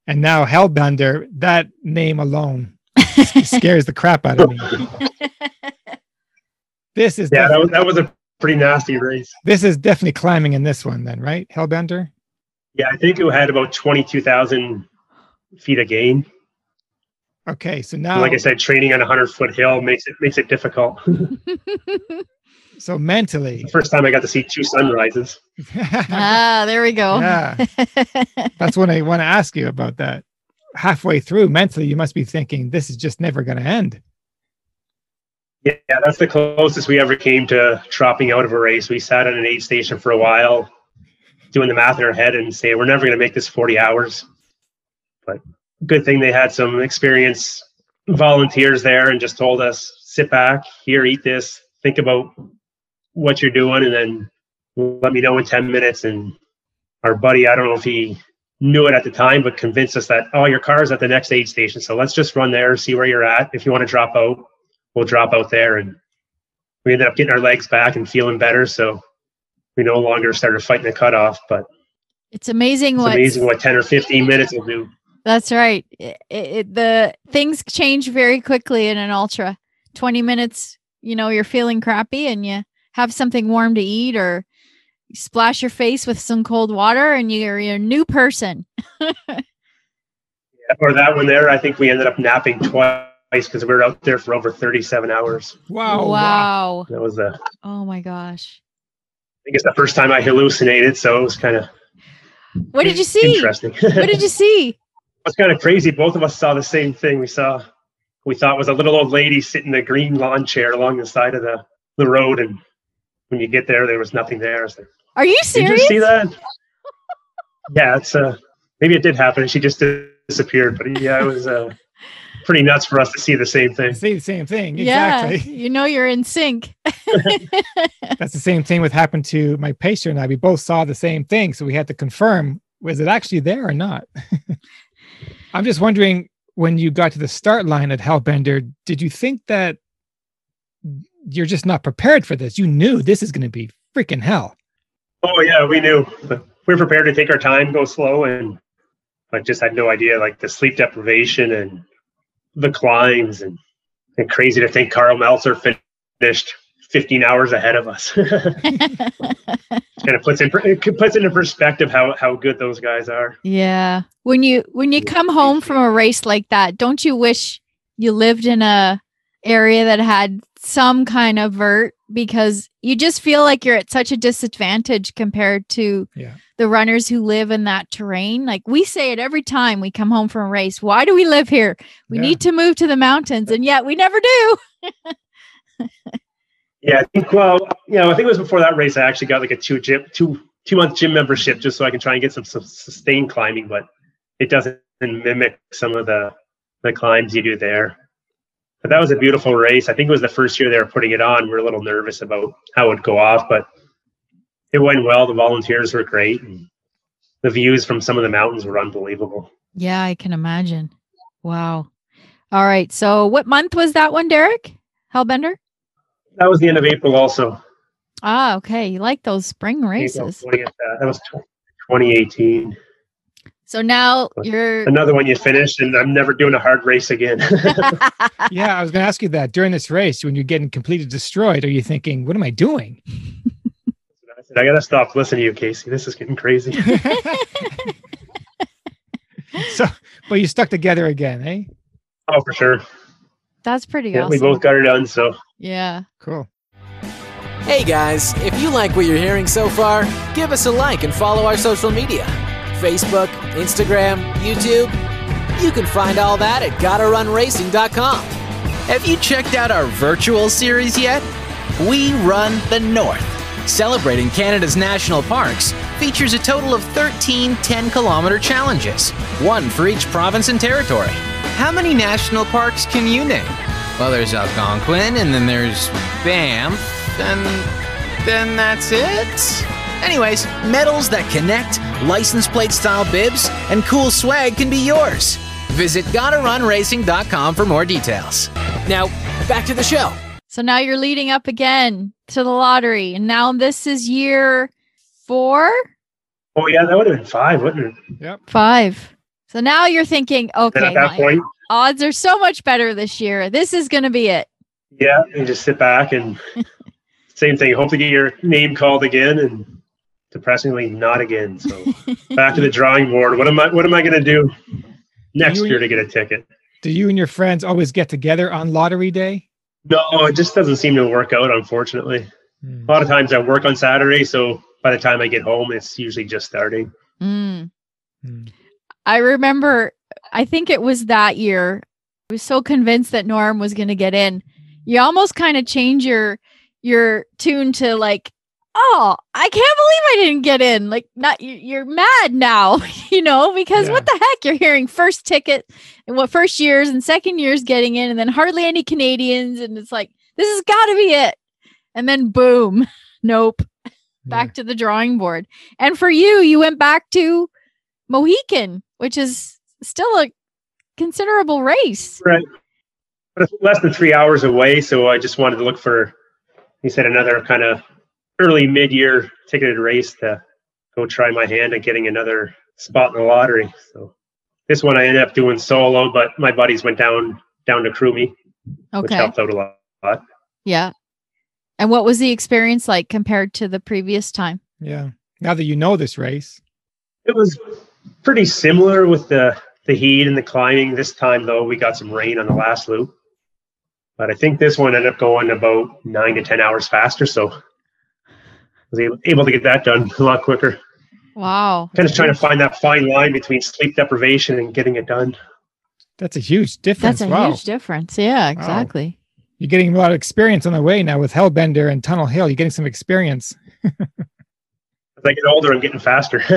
[SPEAKER 1] and now Hellbender, that name alone s- scares the crap out of me. This is
[SPEAKER 2] Yeah,
[SPEAKER 1] defi-
[SPEAKER 2] that was, that was a pretty nasty race.
[SPEAKER 1] this is definitely climbing in this one then, right? Hellbender?
[SPEAKER 2] Yeah, I think it had about twenty-two thousand feet of gain.
[SPEAKER 1] Okay, so
[SPEAKER 2] And
[SPEAKER 1] now
[SPEAKER 2] Like I said, training on a hundred-foot hill makes it makes it difficult.
[SPEAKER 1] so mentally.
[SPEAKER 2] First time I got to see two sunrises.
[SPEAKER 4] ah, there we go.
[SPEAKER 1] yeah. That's when I want to ask you about that. Halfway through, mentally, you must be thinking, this is just never going to end.
[SPEAKER 2] Yeah, that's the closest we ever came to dropping out of a race. We sat at an aid station for a while, doing the math in our head and saying, we're never going to make this 40 hours. But good thing they had some experienced volunteers there and just told us, sit back, here, eat this, think about what you're doing, and then let me know in 10 minutes. And our buddy, I don't know if he knew it at the time, but convinced us that, oh, your car's at the next aid station. So let's just run there, see where you're at. If you want to drop out, we'll drop out there and we ended up getting our legs back and feeling better so we no longer started fighting the cutoff but
[SPEAKER 4] It's amazing
[SPEAKER 2] it's
[SPEAKER 4] what
[SPEAKER 2] amazing what 10 or 15 minutes will do
[SPEAKER 4] That's right. It, it, the things change very quickly in an ultra. 20 minutes, you know, you're feeling crappy and you have something warm to eat or you splash your face with some cold water and you're, you're a new person.
[SPEAKER 2] or that one there i think we ended up napping twice because we were out there for over 37 hours
[SPEAKER 1] Wow.
[SPEAKER 4] wow.
[SPEAKER 2] that was the i
[SPEAKER 4] Oh my gosh.
[SPEAKER 2] think it's the first time i hallucinated so it was kind of
[SPEAKER 4] What did you see? What
[SPEAKER 2] interesting
[SPEAKER 4] did you see?
[SPEAKER 2] It's kind of crazy. Both of us saw the same thing. We saw, we thought was a little old lady sitting in a green lawn chair along the side of the, the road. And when you get there, there was nothing there. I was like,
[SPEAKER 4] Are you
[SPEAKER 2] Did you
[SPEAKER 4] serious?
[SPEAKER 2] see that? yeah, it's uh, maybe it did happen. and She just disappeared. But yeah, it was uh, pretty nuts for us to see the same
[SPEAKER 1] I
[SPEAKER 2] thing.
[SPEAKER 1] say the same thing. Exactly.
[SPEAKER 4] Yeah. You know, you're in sync.
[SPEAKER 1] That's the same thing what happened to my patient and I. We both saw the same thing. So we had to confirm was it actually there or not? I'm just wondering when you got to the start line at Hellbender, did you think that you're just not prepared for this? You knew this is going to be freaking hell.
[SPEAKER 2] Oh yeah, we knew. But we were prepared to take our time, go slow, and but just had no idea like the sleep deprivation and the climbs and, and crazy to think Carl Meltzer finished 15 hours ahead of us. kind of puts in it puts into perspective how how good those guys are.
[SPEAKER 4] Yeah. When you when you
[SPEAKER 2] Yeah,
[SPEAKER 4] come home from a race like that, don't you wish you lived in a area that had some kind of vert because you just feel like you're at such a disadvantage compared to
[SPEAKER 1] Yeah.
[SPEAKER 4] the runners who live in that terrain. Like we say it every time we come home from a race, why do we live here? We
[SPEAKER 1] Yeah.
[SPEAKER 4] need to move to the mountains and yet we never do.
[SPEAKER 2] Yeah, I think well, you know, I think it was before that race I actually got like a two gym two two month gym membership just so I can try and get some, some sustained climbing, but it doesn't mimic some of the the climbs you do there. But that was a beautiful race. I think it was the first year they were putting it on. We were a little nervous about how it would go off, but it went well. The volunteers were great. And the views from some of the mountains were unbelievable.
[SPEAKER 4] Yeah, I can imagine. Wow. All right. So, what month was that one, Derek? Hellbender?
[SPEAKER 2] That was the end of April, also.
[SPEAKER 4] Ah, okay. You like those spring
[SPEAKER 2] April
[SPEAKER 4] races.
[SPEAKER 2] 20th, uh, that was tw- 2018.
[SPEAKER 4] So now you're
[SPEAKER 2] Another one you finished, and I'm never doing a hard race again.
[SPEAKER 1] yeah, I was going to ask you that during this race, when you're getting completely destroyed, are you thinking, "What am I doing?"
[SPEAKER 2] I said, I gotta stop listening to you, Casey. This is getting crazy.
[SPEAKER 1] so, but you stuck together again, eh?
[SPEAKER 2] oh, for sure.
[SPEAKER 4] that's pretty
[SPEAKER 2] Yeah,
[SPEAKER 4] awesome.
[SPEAKER 2] we both got her done. So
[SPEAKER 4] yeah.
[SPEAKER 1] Cool.
[SPEAKER 3] Hey guys, if you like what you're hearing so far, give us a like and follow our social media Facebook, Instagram, YouTube. You can find all that at GottaRunRacing.com. Have you checked out our virtual series yet? We Run the North, celebrating Canada's national parks, features a total of 13 10 kilometer challenges, one for each province and territory. How many national parks can you name? Well, there's Algonquin, and then there's Banff, and then that's it? Anyways, medals that connect, license plate style bibs, and cool swag can be yours. Visit GottaRunRacing.com for more details. Now, back to the show.
[SPEAKER 4] So now you're leading up again to the lottery. And now this is year four,
[SPEAKER 2] oh yeah, that would have been five, wouldn't it?
[SPEAKER 4] five. So now you're thinking,
[SPEAKER 2] Then
[SPEAKER 4] okay,
[SPEAKER 2] at that
[SPEAKER 4] my
[SPEAKER 2] point,
[SPEAKER 4] odds are so much better this year. This is going to be it.
[SPEAKER 2] yeah, you just sit back and same thing. Hope to get your name called again and depressingly not again. So back to the drawing board. What am I what am I gonna do next
[SPEAKER 1] You-
[SPEAKER 2] year to get a ticket?
[SPEAKER 1] Do you and your friends always get together on lottery day?
[SPEAKER 2] No, it just doesn't seem to work out, unfortunately.
[SPEAKER 1] Hmm.
[SPEAKER 2] A lot of times I work on Saturday, so by the time I get home, it's usually just starting.
[SPEAKER 4] Mm.
[SPEAKER 1] Hmm.
[SPEAKER 4] I remember, I think it was that year. I was so convinced that Norm was going to get in. You almost kind of change your your tune to like, oh, I can't believe I didn't get in. Like, not you- you're mad now, you know, because what the heck? You're hearing first ticket and what first years and second years getting in, and then hardly any Canadians, and it's like this has got to be it. And then boom, nope, back to the drawing board. And for you, you went back to Mohican, which is still a considerable race.
[SPEAKER 2] Right. But it's less than three hours away, so I just wanted to look for, he said, another kind of early mid year ticketed race to go try my hand at getting another spot in the lottery. So this one I ended up doing solo, but my buddies went down down to crew me, which
[SPEAKER 4] Okay.
[SPEAKER 2] helped out a lot.
[SPEAKER 4] Yeah. And what was the experience like compared to the previous time?
[SPEAKER 1] Yeah. Now that you know this race,
[SPEAKER 2] It was pretty similar with the, the heat and the climbing. This time, though, we got some rain on the last loop. But I think this one ended up going about nine to 10 hours faster. So I was able- able to get that done a lot quicker.
[SPEAKER 4] Wow.
[SPEAKER 2] kind of trying to find that fine line between sleep deprivation and getting it done.
[SPEAKER 1] that's a huge difference.
[SPEAKER 4] That's a
[SPEAKER 1] wow.
[SPEAKER 4] huge difference. Yeah, exactly.
[SPEAKER 1] You're getting a lot of experience on the way now with Hellbender and Tunnel Hill. You're getting some experience.
[SPEAKER 2] As I get older, I'm getting faster.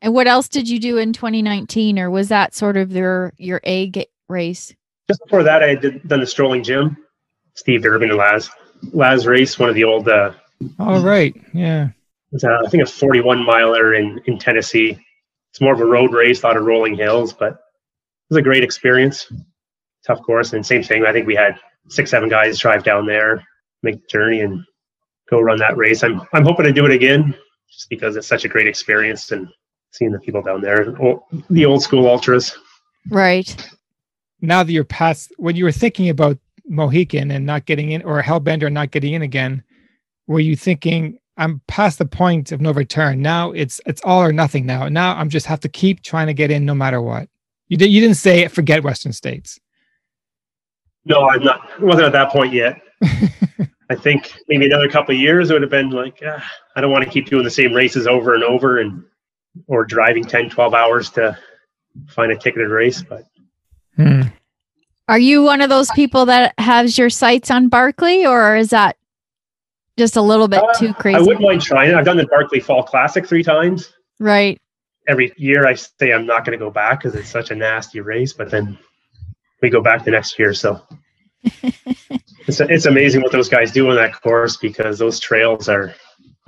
[SPEAKER 4] and what else did you do in 2019 or was that sort of your your A ga- race?
[SPEAKER 2] Just before that, I had did, done the strolling gym. Steve Durbin and Laz, Laz Race, one of the old, uh,
[SPEAKER 1] All right. Yeah.
[SPEAKER 2] it's, uh, I think a 41 miler in, in Tennessee. It's more of a road race, a lot of rolling hills, but it was a great experience. Tough course. And same thing, I think we had six, seven guys drive down there, make the journey, and go run that race. I'm, I'm hoping to do it again just because it's such a great experience and seeing the people down there, o- the old school ultras.
[SPEAKER 4] Right.
[SPEAKER 1] Now that you're past when you were thinking about Mohican and not getting in or Hellbender and not getting in again, were you thinking, I'm past the point of no return. Now it's it's all or nothing now. Now I'm just have to keep trying to get in no matter what. You did you didn't say forget Western States.
[SPEAKER 2] No, I'm not, I wasn't at that point yet. I think maybe another couple of years it would have been like, ah, I don't want to keep doing the same races over and over and or driving 10, 12 hours to find a ticketed race. But
[SPEAKER 1] Hmm.
[SPEAKER 4] Are you one of those people that has your sights on Barkley or is that just a little bit
[SPEAKER 2] Uh,
[SPEAKER 4] too
[SPEAKER 2] I
[SPEAKER 4] crazy?
[SPEAKER 2] wouldn't mind trying it. I've done the Barclay Fall Classic three times.
[SPEAKER 4] Right.
[SPEAKER 2] Every year I say I'm not going to go back because it's such a nasty race, but then we go back the next year. So it's it's amazing what those guys do on that course because those trails are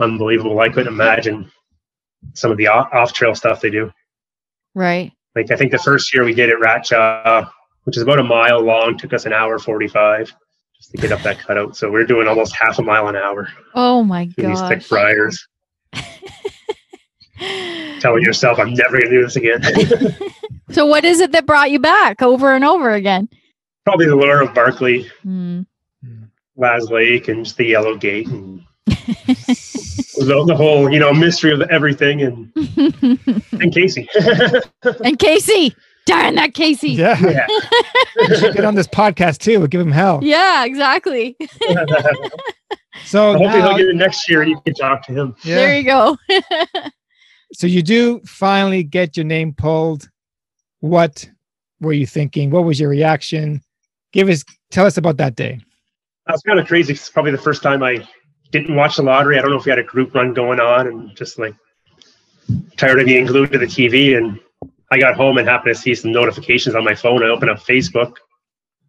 [SPEAKER 2] unbelievable. I couldn't imagine some of the off trail stuff they do.
[SPEAKER 4] Right.
[SPEAKER 2] Like I think the first year we did it, Ratcha, which is about a mile long, took us an hour forty five just to get up that cutout. So we're doing almost half a mile an hour
[SPEAKER 4] Oh my
[SPEAKER 2] through these thick
[SPEAKER 4] gosh.
[SPEAKER 2] briars, telling yourself, "I'm never going to do this again."
[SPEAKER 4] So what is it that brought you back over and over again?
[SPEAKER 2] Probably the lure of Barkley,
[SPEAKER 4] Hmm.
[SPEAKER 2] Laz Lake, and just the Yellow Gate, and the, the whole you know mystery of everything, and
[SPEAKER 4] and
[SPEAKER 2] and Casey.
[SPEAKER 4] Casey. Darn that Casey. Yeah,
[SPEAKER 1] Yeah.
[SPEAKER 2] yeah.
[SPEAKER 1] Get on this podcast too. We'll give him hell.
[SPEAKER 4] exactly.
[SPEAKER 1] So
[SPEAKER 2] Hopefully
[SPEAKER 1] now,
[SPEAKER 2] he'll get it next year. and You can talk to him.
[SPEAKER 1] yeah.
[SPEAKER 4] There you go.
[SPEAKER 1] so you do finally get your name pulled. What were you thinking? What was your reaction? Give us tell us about that day.
[SPEAKER 2] That's kind of crazy. 'cause It's probably the first time I didn't watch the lottery. I don't know if we had a group run going on and just like tired of being glued to the TV. And I got home and happened to see some notifications on my phone. I opened up Facebook.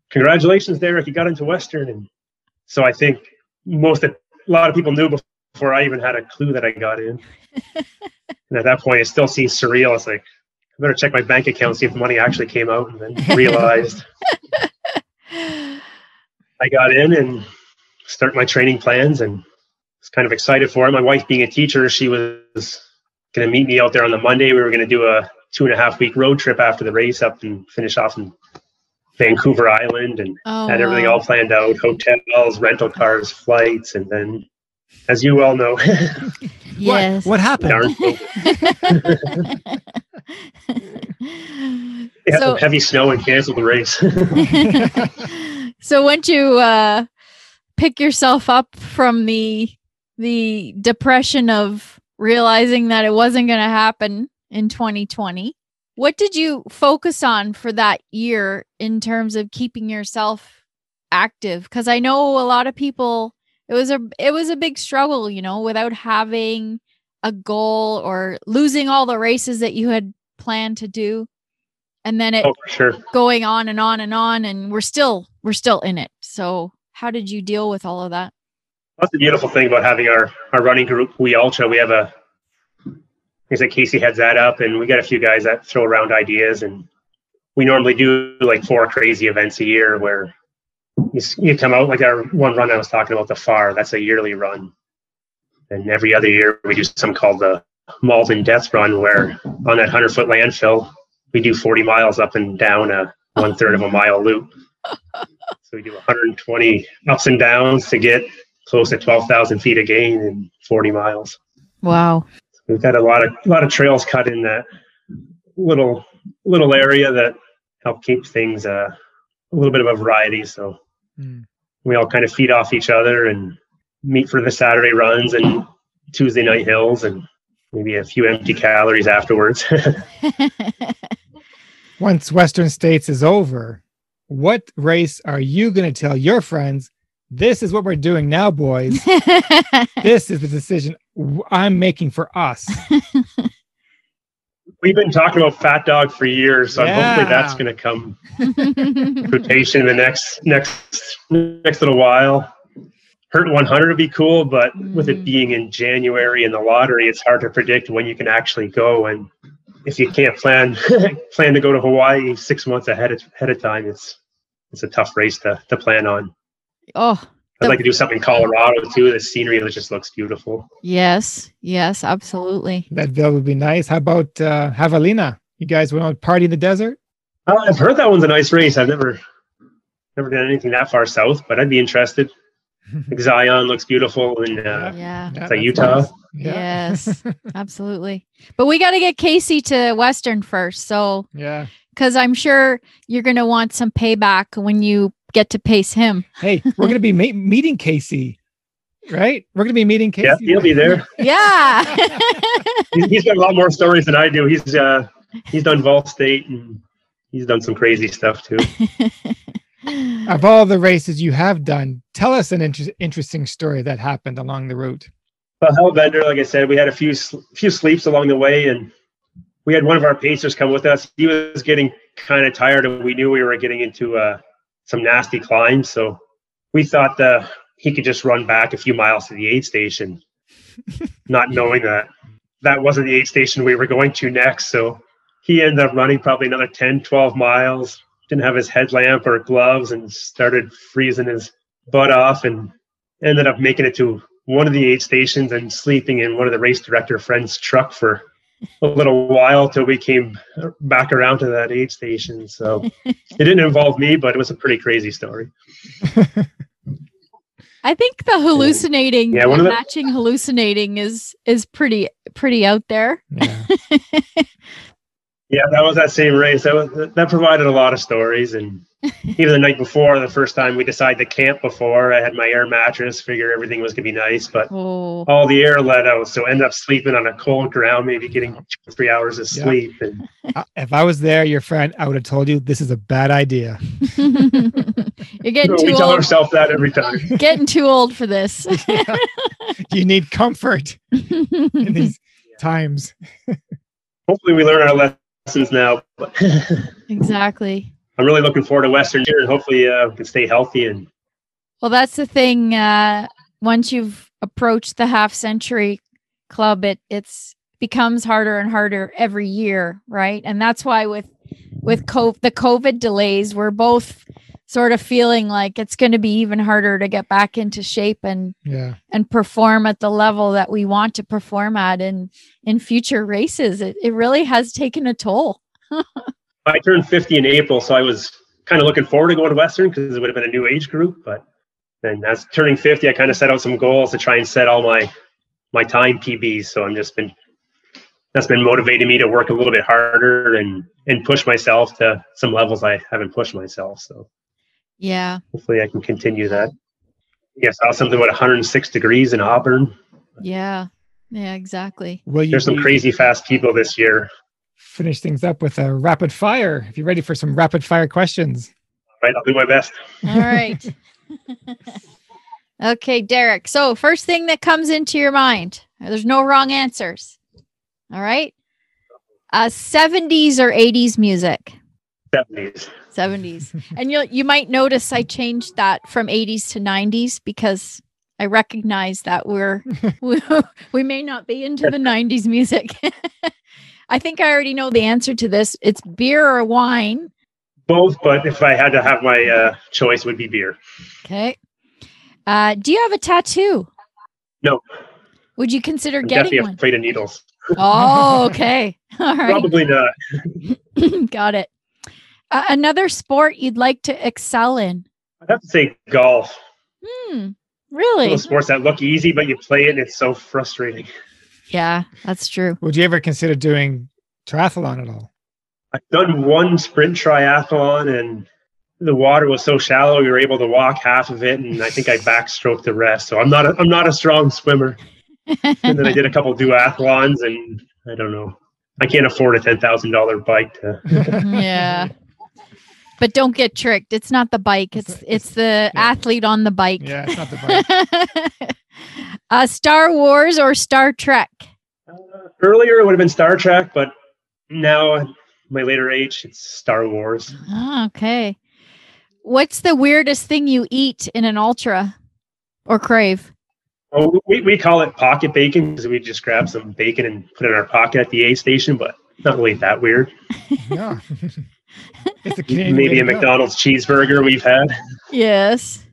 [SPEAKER 2] Congratulations, Derek. You got into Western. And so I think most of, a lot of people knew bef- before I even had a clue that I got in. and at that point, it still seems surreal. It's like, I better check my bank account, see if the money actually came out, and then realized I got in and start my training plans and was kind of excited for it. My wife being a teacher, she was going to meet me out there on the Monday. We were going to do a two and a half week road trip after the race up and finish off in Vancouver Island and
[SPEAKER 4] Oh,
[SPEAKER 2] had everything
[SPEAKER 4] wow.
[SPEAKER 2] all planned out hotels, rental cars, flights. And then, as you all know,
[SPEAKER 4] Yes.
[SPEAKER 1] What, what happened?
[SPEAKER 2] darn, they had some
[SPEAKER 4] so,
[SPEAKER 2] heavy snow and canceled the race.
[SPEAKER 4] so once you uh, pick yourself up from the the depression of realizing that it wasn't going to happen in 2020, what did you focus on for that year in terms of keeping yourself active? Because I know a lot of people it was a it was a big struggle, you know, without having a goal or losing all the races that you had planned to do. And then it
[SPEAKER 2] oh, for sure.
[SPEAKER 4] going on and on and on and we're still we're still in it so how did you deal with all of that
[SPEAKER 2] That's the beautiful thing about having our, our running group, We Ultra. We have a, is that Casey heads that up, and we got a few guys that throw around ideas, and we normally do like four crazy events a year where you, s- you come out like our one run I was talking about, the FAR. That's a yearly run, and every other year we do something called the Malden Death Run, where on that hundred foot landfill we do forty miles up and down a one third of a mile loop. So we do 120 ups and downs to get close to 12,000 feet of gain in 40 miles.
[SPEAKER 4] wow
[SPEAKER 2] We've got a lot of a lot of trails cut in that little little area that help keep things uh, a little bit of a variety. So
[SPEAKER 1] Mm.
[SPEAKER 2] we all kind of feed off each other and meet for the Saturday runs and Tuesday night hills and maybe a few empty calories afterwards.
[SPEAKER 1] Once Western States is over, what race are you going to tell your friends? This is what we're doing now, boys. this is the decision w- I'm making for us.
[SPEAKER 2] We've been talking about Fat Dog for years, so hopefully
[SPEAKER 1] Yeah.
[SPEAKER 2] that's going to come rotation in the next next next little while. Hurt 100 would be cool, but with it
[SPEAKER 4] Mm.
[SPEAKER 2] being in January and the lottery, it's hard to predict when you can actually go. And if you can't plan plan to go to Hawaii six months ahead of, ahead of time, it's it's a tough race to, to plan on.
[SPEAKER 4] oh
[SPEAKER 2] I'd
[SPEAKER 4] The-
[SPEAKER 2] like to do something in Colorado too. The scenery just looks beautiful.
[SPEAKER 4] yes yes absolutely
[SPEAKER 1] That bill would be nice. How about uh, Javelina? You guys went out party in the desert?
[SPEAKER 2] Uh, I've heard that one's a nice race. I've never never done anything that far south, but I'd be interested. Like Zion looks beautiful, and uh,
[SPEAKER 4] yeah
[SPEAKER 1] Yeah,
[SPEAKER 2] Is that
[SPEAKER 1] that's
[SPEAKER 2] Utah?
[SPEAKER 1] nice.
[SPEAKER 4] yes absolutely but we got to get casey to western first so
[SPEAKER 1] yeah.
[SPEAKER 4] because i'm sure you're going to want some payback when you get to pace him
[SPEAKER 1] Hey, we're going to be ma- meeting Casey, right? We're going to be meeting Casey.
[SPEAKER 2] yeah, he'll be there.
[SPEAKER 4] yeah
[SPEAKER 2] He's- he's got a lot more stories than I do. He's uh, he's done Vol State and he's done some crazy stuff too.
[SPEAKER 1] Of all the races you have done, tell us an inter- interesting story that happened along the route.
[SPEAKER 2] But Hellbender, like I said, we had a few sl- few sleeps along the way, and we had one of our pacers come with us. He was getting kind of tired, and we knew we were getting into uh, some nasty climbs. So we thought that he could just run back a few miles to the aid station, not knowing that that wasn't the aid station we were going to next. So he ended up running probably another 10, 12 miles, didn't have his headlamp or gloves, and started freezing his butt off and ended up making it to one of the aid stations and sleeping in one of the race director friend's truck for a little while till we came back around to that aid station. So it didn't involve me, but it was a pretty crazy story.
[SPEAKER 4] I think the hallucinating,
[SPEAKER 2] Yeah,
[SPEAKER 4] yeah,
[SPEAKER 2] one of the-
[SPEAKER 4] matching hallucinating is is pretty pretty out there.
[SPEAKER 1] Yeah.
[SPEAKER 2] Yeah, that was that same race. That was, that provided a lot of stories, and even the night before, the first time we decided to camp before, I had my air mattress, figure everything was gonna be nice, but
[SPEAKER 4] Oh,
[SPEAKER 2] all the air let out, so end up sleeping on a cold ground, maybe getting two or three hours of
[SPEAKER 1] Yeah.
[SPEAKER 2] sleep, and
[SPEAKER 1] I- Uh, if I was there, your friend, I would have told you this is a bad idea.
[SPEAKER 4] you're
[SPEAKER 2] you know,
[SPEAKER 4] getting
[SPEAKER 2] we
[SPEAKER 4] too
[SPEAKER 2] tell
[SPEAKER 4] old.
[SPEAKER 2] ourselves that every time.
[SPEAKER 4] Getting too old for this.
[SPEAKER 1] You need comfort in these times.
[SPEAKER 2] Hopefully, we learn our lessons now. But
[SPEAKER 4] exactly.
[SPEAKER 2] I'm really looking forward to Western here, and hopefully, uh, we can stay healthy and
[SPEAKER 4] Well, that's the thing. Uh, once you've approached the half century club, it it's becomes harder and harder every year, right? And that's why with with co- the COVID delays, we're both sort of feeling like it's going to be even harder to get back into shape and
[SPEAKER 1] Yeah.
[SPEAKER 4] and perform at the level that we want to perform at in in future races. It it really has taken a toll.
[SPEAKER 2] I turned 50 in April, so I was kind of looking forward to going to Western because it would have been a new age group. But then as turning 50, I kind of set out some goals to try and set all my my time PBs. So I'm just been that's been motivating me to work a little bit harder and and push myself to some levels I haven't pushed myself. So
[SPEAKER 4] Yeah.
[SPEAKER 2] hopefully I can continue that. Yes, I saw something about 106 degrees in Auburn.
[SPEAKER 4] Yeah. Yeah, exactly.
[SPEAKER 1] Will you
[SPEAKER 2] There's some
[SPEAKER 1] be-
[SPEAKER 2] crazy fast people this year.
[SPEAKER 1] finish things up with a rapid fire? If you're ready for some rapid fire questions,
[SPEAKER 2] Right, I'll do my best.
[SPEAKER 4] All right. okay, Derek. So, first thing that comes into your mind, there's no wrong answers. All right. Uh, 70s or 80s music?
[SPEAKER 2] 70s.
[SPEAKER 4] 70s. and you will you might notice I changed that from 80s to 90s because I recognize that we're we, we may not be into the 90s music. I think I already know the answer to this. It's beer or wine.
[SPEAKER 2] Both, but if I had to have my uh, choice, would be beer.
[SPEAKER 4] Okay. Uh, do you have a tattoo?
[SPEAKER 2] No.
[SPEAKER 4] Would you consider
[SPEAKER 2] I'm
[SPEAKER 4] getting
[SPEAKER 2] definitely
[SPEAKER 4] one?
[SPEAKER 2] afraid of needles.
[SPEAKER 4] Oh, okay. All right.
[SPEAKER 2] Probably not.
[SPEAKER 4] Got it. Uh, another sport you'd like to excel in?
[SPEAKER 2] I'd have to say golf.
[SPEAKER 4] Hmm.
[SPEAKER 2] Those
[SPEAKER 4] Really?
[SPEAKER 2] sports that look easy, but you play it and it's so frustrating.
[SPEAKER 4] Yeah, that's true.
[SPEAKER 1] would you ever consider doing triathlon at all?
[SPEAKER 2] I've done one sprint triathlon and the water was so shallow we were able to walk half of it and I think I backstroked the rest. So I'm not a, I'm not a strong swimmer. And then I did a couple duathlons and I don't know. I can't afford a ten thousand dollar bike to
[SPEAKER 4] yeah. But don't get tricked. It's not the bike. It's it's
[SPEAKER 1] Yeah.
[SPEAKER 4] the athlete on the bike.
[SPEAKER 1] Yeah, it's not the bike.
[SPEAKER 4] uh, Star Wars or Star Trek?
[SPEAKER 2] uh, earlier it would have been Star Trek, but now at my later age it's Star Wars.
[SPEAKER 4] Ah, okay. What's the weirdest thing you eat in an ultra or crave?
[SPEAKER 2] Oh, we, we call it pocket bacon because we just grab some bacon and put it in our pocket at the aid station, but it's not really that weird.
[SPEAKER 1] No. it's a Canadian way
[SPEAKER 2] Maybe
[SPEAKER 1] to
[SPEAKER 2] a
[SPEAKER 1] go.
[SPEAKER 2] McDonald's cheeseburger we've had.
[SPEAKER 4] Yes.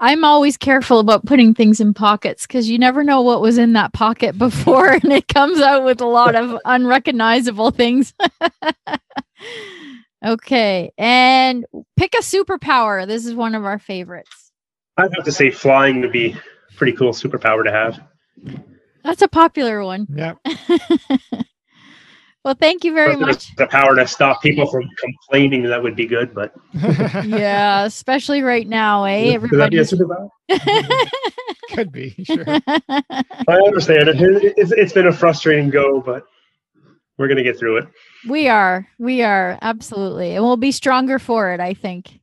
[SPEAKER 4] I'm always careful about putting things in pockets because you never know what was in that pocket before, and it comes out with a lot of unrecognizable things. okay. And pick a superpower. This is one of our favorites.
[SPEAKER 2] I'd have to say flying would be a pretty cool superpower to have.
[SPEAKER 4] That's a popular one.
[SPEAKER 1] Yeah.
[SPEAKER 4] well, thank you very
[SPEAKER 2] If there was
[SPEAKER 4] much.
[SPEAKER 2] The power to stop people from complaining that would be good, but
[SPEAKER 4] Yeah, especially right now, eh?
[SPEAKER 2] Could that be a
[SPEAKER 4] Everybody's
[SPEAKER 2] superpower?
[SPEAKER 1] Could be. Sure.
[SPEAKER 2] I understand it. It- It's, it's been a frustrating go, but we're going to get through it.
[SPEAKER 4] we are. We are. Absolutely. And we'll be stronger for it, I think.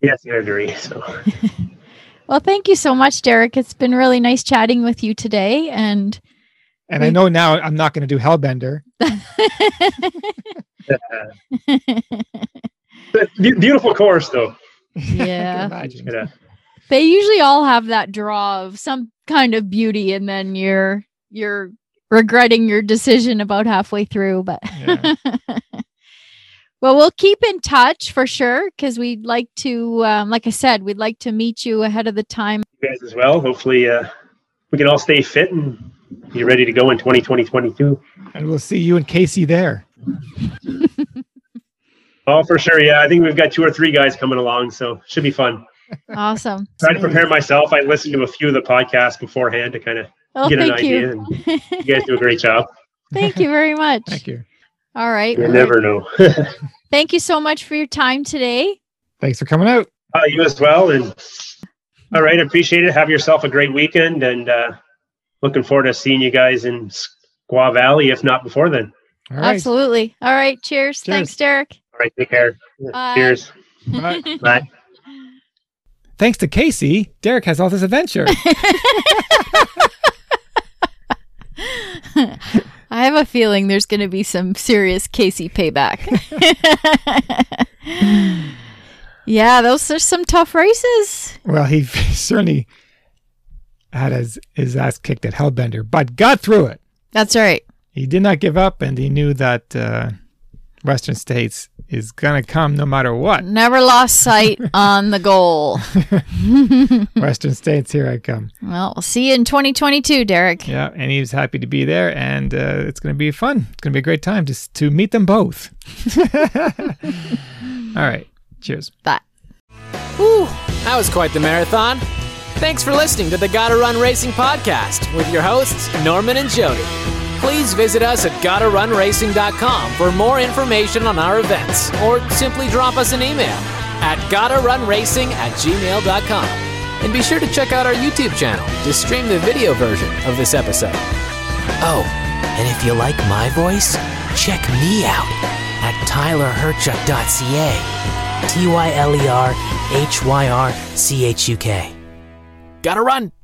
[SPEAKER 2] Yes, I agree. So
[SPEAKER 4] Well, thank you so much, Derek. It's been really nice chatting with you today. And
[SPEAKER 1] And I
[SPEAKER 4] Wait.
[SPEAKER 1] know now I'm not going to do Hellbender.
[SPEAKER 2] But be- beautiful course, though.
[SPEAKER 4] Yeah.
[SPEAKER 1] I can
[SPEAKER 2] Just
[SPEAKER 1] imagine.
[SPEAKER 2] gonna-
[SPEAKER 4] they usually all have that draw of some kind of beauty and then you're you're regretting your decision about halfway through but
[SPEAKER 1] Yeah.
[SPEAKER 4] well we'll keep in touch for sure because we'd like to um, like i said we'd like to meet you ahead of the time
[SPEAKER 2] you guys as well. Hopefully, uh, we can all stay fit and be ready to go in 2020, 22.
[SPEAKER 1] And we'll see you and Casey there.
[SPEAKER 2] Oh, for sure. Yeah, I think we've got two or three guys coming along, so should be fun.
[SPEAKER 4] awesome
[SPEAKER 2] Trying to prepare myself. I listened to a few of the podcasts beforehand to kind of
[SPEAKER 4] oh
[SPEAKER 2] get an
[SPEAKER 4] thank
[SPEAKER 2] idea,
[SPEAKER 4] you
[SPEAKER 2] and you guys do a great job.
[SPEAKER 4] thank you very much
[SPEAKER 1] Thank you.
[SPEAKER 4] all right
[SPEAKER 2] You
[SPEAKER 4] well,
[SPEAKER 2] never know.
[SPEAKER 4] thank you so much for your time today
[SPEAKER 1] Thanks for coming out.
[SPEAKER 2] Uh, you as well. And all right, appreciate it. Have yourself a great weekend, and uh, looking forward to seeing you guys in Squaw Valley, if not before then.
[SPEAKER 1] All right.
[SPEAKER 4] absolutely all right cheers, thanks derek
[SPEAKER 2] All right, take care.
[SPEAKER 4] Bye.
[SPEAKER 2] Cheers.
[SPEAKER 1] Bye.
[SPEAKER 2] Bye.
[SPEAKER 1] Thanks to Casey, Derek has all this adventure.
[SPEAKER 5] I have a feeling there's going to be some serious Casey payback. yeah, those are some tough races.
[SPEAKER 1] well, he certainly had his, his ass kicked at Hellbender, but got through it.
[SPEAKER 5] That's right.
[SPEAKER 1] He did not give up, and he knew that uh, Western States is going to come no matter what.
[SPEAKER 5] Never lost sight on the goal.
[SPEAKER 4] Mm-hmm.
[SPEAKER 1] Western States, here I come.
[SPEAKER 5] Well, we'll see you in 2022, Derek.
[SPEAKER 1] Yeah, and he was happy to be there, and uh, it's going to be fun. It's going to be a great time just to meet them both. all right. Cheers.
[SPEAKER 5] Bye.
[SPEAKER 3] Whew, that was quite the marathon. Thanks for listening to the Gotta Run Racing Podcast with your hosts, Norman and Jody. Please visit us at gottarunracing.com for more information on our events or simply drop us an email at gottarunracing at gmail.com. And be sure to check out our YouTube channel to stream the video version of this episode. Oh, and if you like my voice, check me out at tylerherchuk.ca. T Y L E R H Y R C H U K. Gotta run!